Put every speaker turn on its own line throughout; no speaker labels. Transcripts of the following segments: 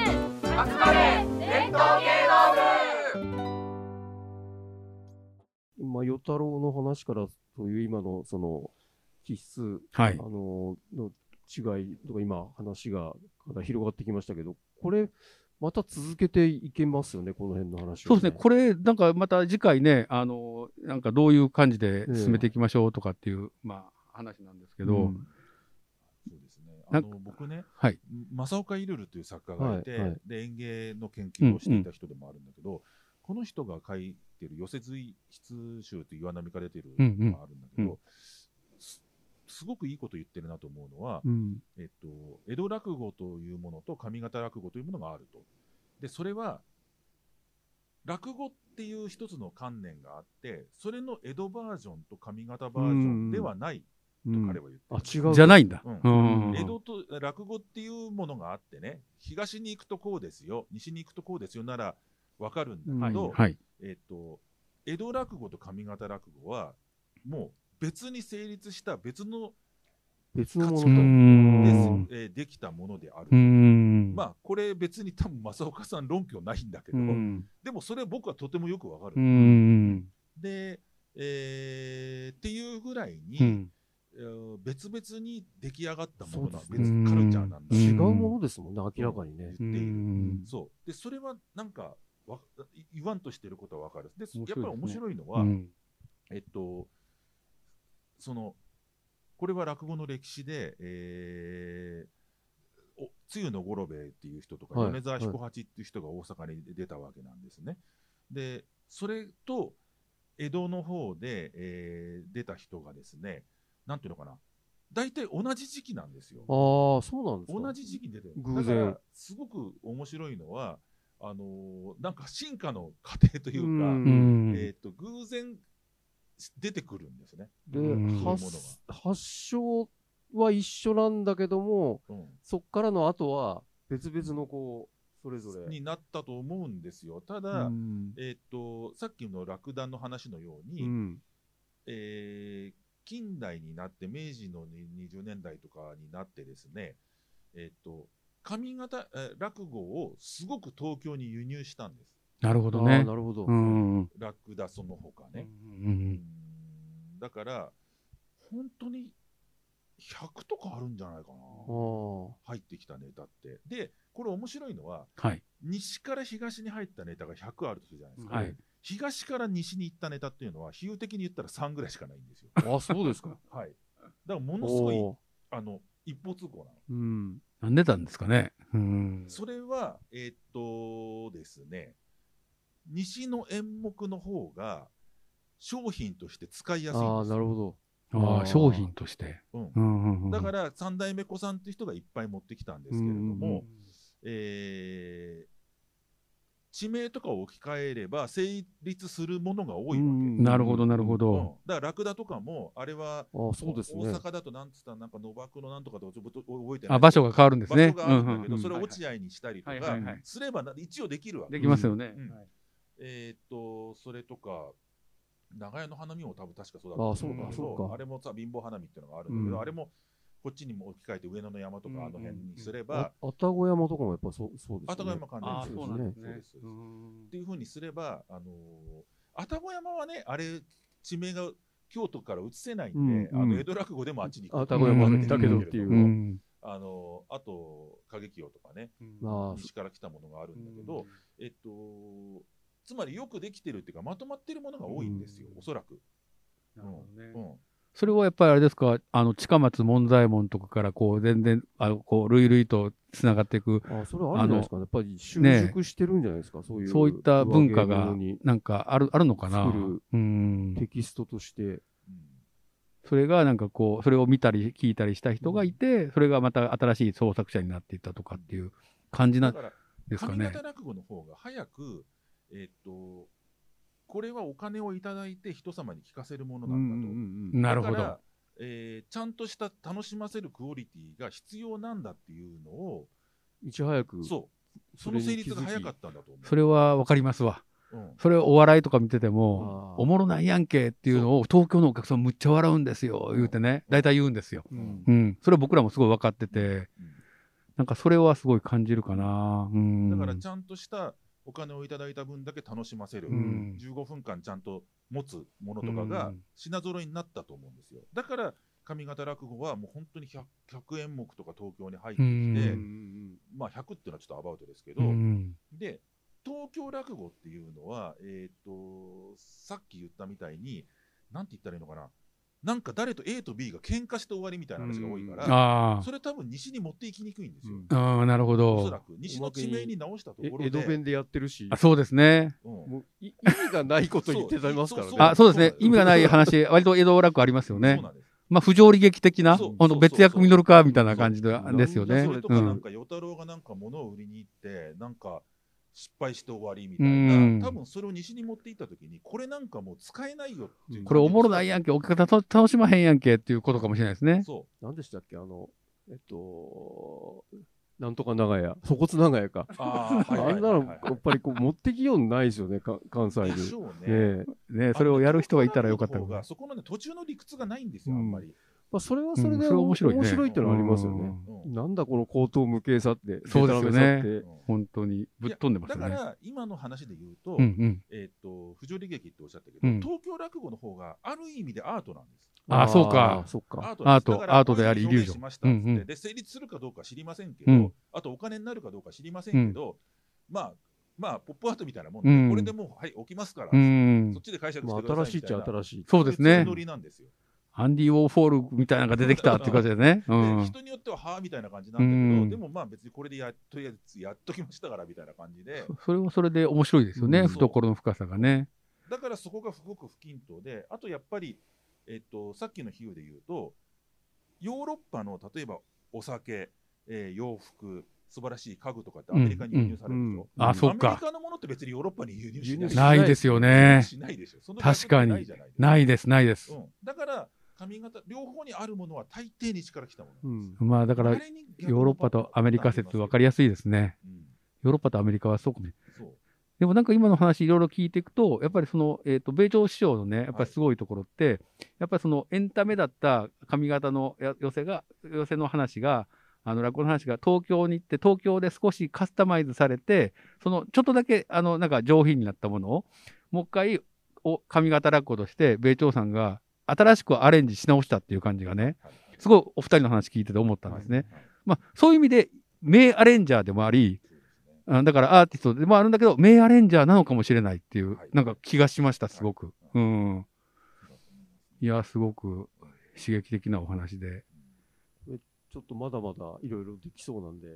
集まれ伝統芸能部
まあ、与太郎の話からという今のその気質、
は
あ
い。
のの違いとか今話がかなり広がってきましたけどこれまた続けていけますよねこの辺の話
そ
を
うですね、これ、なんかまた次回ね、あのなんかどういう感じで進めていきましょうとかっていう、まあ、話なんですけど、
うん
そうですね。
な
あ
ん
の僕ね、
はい
正岡いるるという作家がいて、
はいはい
で園芸の研究をしていた人でもあるんだけど、この人が書いてる寄せ随筆集という岩波から出てる
うんうん
のがあるんだけど、
うん
すすごくいいこと言ってるなと思うのは、
うん
えっと、江戸落語というものと上方落語というものがあると。で、それは、落語っていう一つの観念があって、それの江戸バージョンと上方バージョンではないと
うん
彼は言ってる。
あ違う
じゃないんだ。
うん
うん
江戸と落語っていうものがあってね東に行くとこうですよ西に行くとこうですよならわかるんだけど、
はい、
えっと江戸落語と上方落語はもう別に成立した別の
別のも
うー
の
で,、
ん
えーできたものである、
うーん
まあこれ別に多分正岡さん論拠ないんだけ
う
ど、
ん
でもそれ僕はとてもよくわかる、
うん
で、えーっていうぐらいに、
うん
えー別々に出来上がったものなん
そう
別
です
ね
カルチャーなんだ
と
ん
違うものですもんね明らかにね、
言っている、
うん
そうでそれはなんかわい言わんとしてることはわかるで、
面白いで
や
す
っ
ね
ぱり面白いのは、
うん
えっとそのこれは落語の歴史で、えー、お露の五郎兵衛っていう人とか、
はい
米沢彦八っていう人が大阪に出たわけなんですね。でそれと江戸の方で、えー出た人がですねなんていうのかな大体同じ時期なんですよ。
ああそうなんですか
同じ時期に出てる
偶然
だからすごく面白いのはあのーなんか進化の過程というか、
うん
うん
えー、と偶然出てくるんですね、
で
うん
発発症は一緒なんだけども
うん
そっからの後は別々のこうそれぞれ
になったと思うんですよただ、
うん
えー、とさっきの落胆の話のように、
うん
えー近代になって明治の20年代とかになってですねえっ、と上方えー落語をすごく東京に輸入したんです
なるほど
ああ
ね
なるほど、
うん
落胆その他ね、
うん
うんだから、本当に100とかあるんじゃないかな、
あ
入ってきたネタって。で、これ、面白いのは、
はい
西から東に入ったネタが100あるとするじゃないですか、
はい
東から西に行ったネタっていうのは、比喩的に言ったら3ぐらいしかないんですよ。
あ、あそう ですか。
はい、だから、ものすごい
お
あの一方通行なの。
ーうん。
なんでたんですかねうん
それは、えーっとですね、西の演目の方が、商品として使いやすいんですよ
ああ、なるほど。
あ
あー
あ商品として
う
う
ん
んうんうん
だから三代目子さんっていう人がいっぱい持ってきたんですけれども、
うんうん
えー地名とかを置き換えれば成立するものが多いわけ、
うん
なるほどなるほ
うん
ど
だからラクダとかもあれは
ああ、そうですね。
大阪だとなんつったらなんか野爆のなんとかとかちょっと覚えてない
あ場所が変わるんですね
場所があるんだけど、
うう
それを
はい
落合にしたりとか、
はいはいはい
すればな一応できるわけ
できますよね
うんえーっとそれとか長屋の花見も多分確かそうだ
あ
っ
あ
たと思んだけど
そうかそうか
あれもさ貧乏花見っていうのがあるんだけど、
うん
あれもこっちにも置き換えて上野の山とかあの辺にすれば、
あ、愛宕山とかもやっぱそう、そうですね。
愛宕山関連
ああ
です
そ
よ
うなんです
そう
ね
です
うん
っていうふうにすれば、あのー、愛宕山はね、あれ、地名が京都から移せないんで、
うん
あ
う
の
ん
江戸落語でもあっちに
愛
と
宕山だけどっていうう。
ん
ん
あのーあと、景清とかね、
まあ
西から来たものがあるんだけど、えっと、つまりよくできてるっていうか、まとまってるものが多いんですよ、
うん
おそらく。
なるほどね
う。ん
それはやっぱりあれですか、あの近松門左衛門とかからこう全然、あのこう類々とつながっていく、
ああ、それはあるんじゃないですかね。やっぱり習
ね
熟してるんじゃないですか。そういう。
そういった文
上
化が
下に
なんかあるあるのかな。
作る
うん
テキストとして。
それがなんかこう、それを見たり聞いたりした人がいて、それがまた新しい創作者になっていったとかっていう感じ
うん、
な
だ
ん
から、
ですか
上
ね
方。落語の方が早く、えっと、これはお金をいただいて人様に聞かせるものなんだと。
ん
なるほ
だか
ど
ら。えーちゃんとした楽しませるクオリティが必要なんだっていうのを、
いち早く。
そう、そ
そ
の
れに
成
気づき
立が早かったんだと思う。
それはわかりますわ。
うん
それお笑いとか見てても
あ、ー
おもろないやんけっていうのを東京のお客さんむっちゃ笑うんですよ、言うてね、大体言うんですよ。
うん
うん。それは僕らもすごい分かってて、
うん
なんかそれはすごい感じるかな。うん、
だからちゃんとしたお金をいただいた分だけ楽しませる、
うん
15分間ちゃんと持つものとか
う
が
ん
品揃えになったと思うんですよ。だから上方落語はもう本当に 100, 100演目とか東京に入ってきて、
うん
まあ100っていうのはちょっとアバウトですけど、
うん
で東京落語っていうのは、えー、とさっき言ったみたいになんて言ったらいいのかななんか誰と A と B が喧嘩して終わりみたいな話が多いから、
あ
それ多分西に持っていきにくいんですよ、
うん
あああなるほ
おそら
ど。
く西の地名に直したと
え
ころで
江戸弁でやってるし
あ、そうですね。
うん
もうい 意味がないこと言ってたりますからね
そ。う
あそうですね。
そう
意味がない 話、割と江戸楽ありますよ
そ
ね
う。なんです
まあ、不条理劇的な、
そう
ほんと
そう
別
そ
役
う
ミドルカーみたいな感じで
そう
ですよね。
それ
う
とかなん
ん。
か与太郎がなんか物を売りに行ってなんか失敗して終わりみたい
うん
な多分それを西に持っていった時にこれなんかもう使えないよっていう
これおもろない
や
やんけ、お客さんと楽しまへんやんけっていうことかもしれないですね。
そ
何でしたっけあのえっとなんとか長屋粗骨長屋か。
うあーはい
あ
はい
ん
は
ないの
はい
やっぱりこう持ってきようないですよねか関西で。
でしょうね。
ええ
ね、それをやる人がいたらよかった
あ
の
の
に
方がそこのね途中の理屈がないんですよ、あんまり。
まあそれはそれ
うん
で
それ面白いね
面白いってのはありますよね。
うん
うん
なんだこの高等無形さって。
そうです
でたら
よね
めさって
うん
本当にぶっ飛んでますよ
いやだ
ね。
から今の話で言うと、
うんうん。
えっと不条理劇っておっしゃったけど、
うん
東京落語の方がある意味でアートなんです。
あそうか
あーそっか。
アートなんで
アート
すだから
アートであり
こういう
イリュージ
ふうに表現
ョン
しましたっつって
うんうん
で成立するかどうか知りませんけど、
うん
あとお金になるかどうか知りませんけど、まあまあポップアートみたいなもんで、
うん
これでもうはい置きますから、
うん
そっ。ちで解釈し
まあ
てください
新しい
み
ったち
い
ゃ
な。
新しい。
そうですね
そういうノ。リなんですよ。
アンディ・ウォーフォールみたいなのが出てきたっていう感じでね。う
で
ん。
人によってははあみたいな感じなんだけど、
うん
でもまあ別にこれでやとりあえずやっときましたからみたいな感じで
それはそれで面白いですよね、
うん
懐の深さがね。
だからそこがすごく不均等であとやっぱり、えっと、さっきの比喩で言うとヨーロッパの例えばお酒、えー洋服素晴らしい家具とかってアメリカに輸入されるでしょ、
うん
あ、そ
ア
う
メ
か
リ。カのものって別にヨーロッパに輸入し
輸
ない
入
し
し
ないですよね。
しないでしょその
確かに
ないじゃないです
ないです、ないです
う。ん、だから髪型両方にあるものは大抵西から来たも
う
のなんで
ん
す、
まあだから
あ、れに逆の
ヨーロッパとアメリカ説分かりやすいですね。
うん
ヨーロッパとアメリカはそうかもしれない。
そう
でもなんか今の話いろいろ聞いていくと、やっぱりその、えっ、と、米朝首相のね、やっぱりすごいところって、やっぱりそのエンタメだった髪型のや寄せが、寄せの話が、あの、落語の話が東京に行って、東京で少しカスタマイズされて、その、ちょっとだけ、あの、なんか上品になったものを、もう一回、お髪型落語として、米朝さんが新しくアレンジし直したっていう感じがね、
はい
すごいお二人の話聞いてて思ったんですね。
はい
まあ、そういう意味で、名アレンジャーでもあり、
そうですね
あだからアーティストでもあるんだけど、名アレンジャーなのかもしれないっていう、
はい
なんか気がしました、すごく。
は
うん。いや、すごく刺激的なお話で。
ちょっとまだまだいろいろできそうなんで。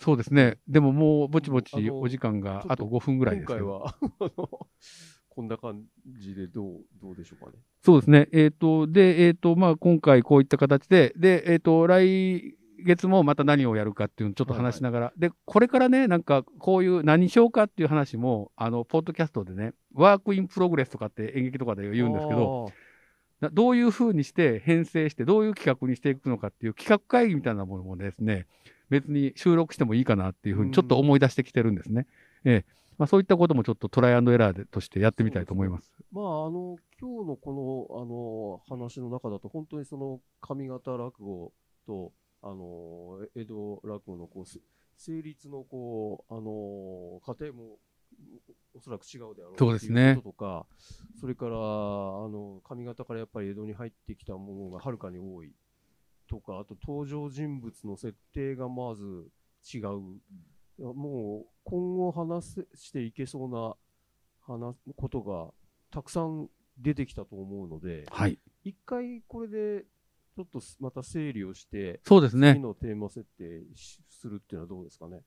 そうですね。でももうぼちぼ
あ
ち
の
お時間
ち
が
ょっと
あと5分ぐらいで
今
すけ
回
ど。
は あのこんな感じでどうどうでしょうかね。
そうですね。えっ、と、で、えっ、と、まあ今回こういった形で、で、えっ、と、来月もまた何をやるかっていうのをちょっと話しながら、で、これからね、なんかこういう何しようかっていう話も、あの、ポッドキャストでね、ワークインプログレスとかって演劇とかで言うんですけど、などういうふうにして編成して、どういう企画にしていくのかっていう企画会議みたいなものもですね、別に収録してもいいかなっていうふうにちょっと思い出してきてるんですね。ええ。まあそういったこともちょっとトライアンドエラーでとしてやってみたいと思います。
まあ、あの、今日のこの、あの、話の中だと、本当にその、上方落語と、あの、え江戸落語の、こう、せ成立の、こう、あの、過程も、おそらく違うであろう
そうですね
っていうこととか、それから、あの、上方からやっぱり江戸に入ってきたものがはるかに多いとか、あと登場人物の設定がまず違う。いやもう、今後話せしていけそうな話ことがたくさん出てきたと思うので、
はい。
一回これでちょっとすまた整理をして、
そうです
次
ね。
のテーマ設定しするっていうのはどうですかね。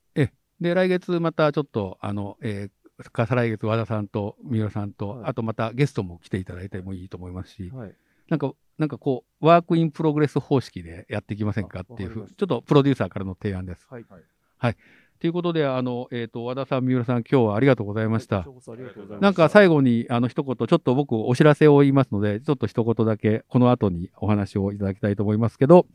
で、来月またちょっと、あの、えー、か再来月和田さんと三浦さんと、
はい
あとまたゲストも来ていただいてもいいと思いますし、
はい。
なんか、なんかこう、ワークインプログレス方式でやっていきませんかっていうふ
あわかり
う
ました
ちょっとプロデューサーからの提案です。
はい。
ということで、あの、えっ、と、和田さん、三浦さん、今日はありがとうございまし
こ
た
ちら。こそありがとうございました。
なんか最後に、あの、一言、ちょっと僕、お知らせを言いますので、ちょっと一言だけ、この後にお話をいただきたいと思いますけど、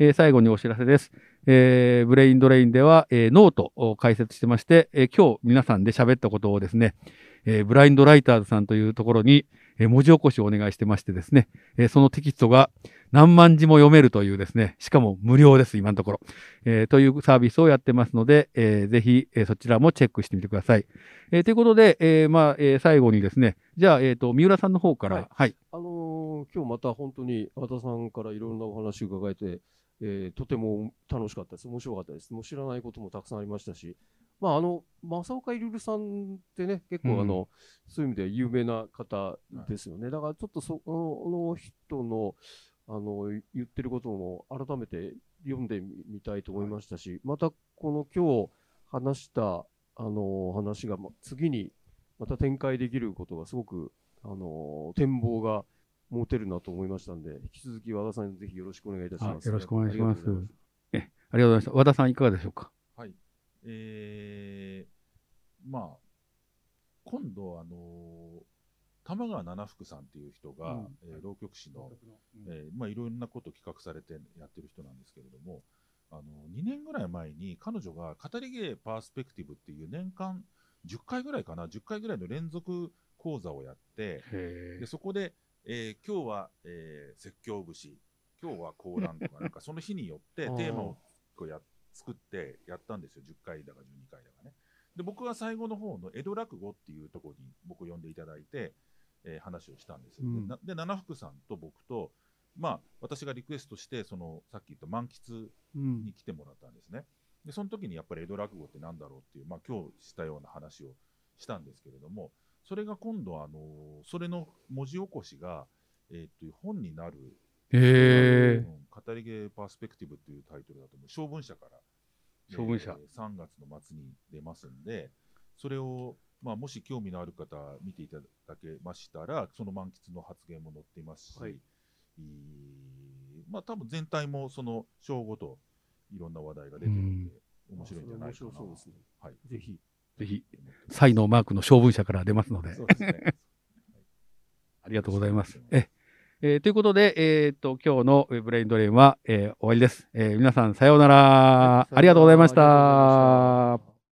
えー最後にお知らせです。えーブレインドレインでは、えーノートを解説してまして、えー今日皆さんで喋ったことをですね、えーブラインドライターズさんというところに、えー文字起こしをお願いしてましてですね、えーそのテキストが何万字も読めるというですね、しかも無料です、今のところ。えーというサービスをやってますので、えーぜひ、えーそちらもチェックしてみてください。えーということで、えーまあ、えー最後にですね、じゃあ、えっ、と、三浦さんの方から、
はい
はい。
あのー今日また本当に和田さんからいろんなお話伺えて、えーとても楽しかったです、面白かったです、もう知らないこともたくさんありましたし、まあ、あの正岡いるるさんってね、結
うん
構あの、そういう意味では有名な方ですよね、だからちょっとそあの人のあの言ってることも改めて読んでみたいと思いましたし、またこの今日話したあの話がま次にまた展開できることがすごくあの展望が持てるなと思いましたんで、引き続き和田さんぜひよろしくお願いいたします。
あよろしくお願いします
ありがとうござ
え、ありがとうございました。和田さんいかがでしょうか
はい。えー、まあ、今度、あのー玉川七福さんっていう人が、
うん
えー浪曲師の、えーまあ、いろんなことを企画されてやってる人なんですけれども、あの2年ぐらい前に彼女が語り芸パースペクティブっていう年間10回ぐらいかな、10回ぐらいの連続講座をやって、
へ
でそこで、えー今日は、えー説教節、今日は講談 とか、なんかその日によってテ
うん
ーマをこうや作ってやったんですよ、10回だか12回だかね。で、僕は最後の方の江戸落語っていうところに僕呼んでいただいて、えー話をしたんですよ、
うん
でなで、七福さんと僕と、まあ、私がリクエストして、そのさっき言った満喫
うん
に来てもらったんですね。で、その時にやっぱり江戸落語ってなんだろうっていう、まあ、今日したような話をしたんですけれども、それが今度、あのそれの文字起こしが、えーっと本になる、
え
う。ん語り芸パースペクティブというタイトルだと思う、小文社から、
小文社
えー3月の末に出ますんで、それを、まあ、もし興味のある方、見ていただけましたら、その満喫の発言も載っていますし、
はい
えーまあ多分全体もその章ごといろんな話題が出てるんで、面白いんじゃないかな
面白そうですね。
はい、
ぜひ。
ぜひ、才能マークの小文社から出ますので、
そうですね。
ありがとうございます。ええーということで、えーっと、今日のブレインドレインは、えー終わりです。えー皆さん、さようなら。ありがとうございまし。
ありがとうございました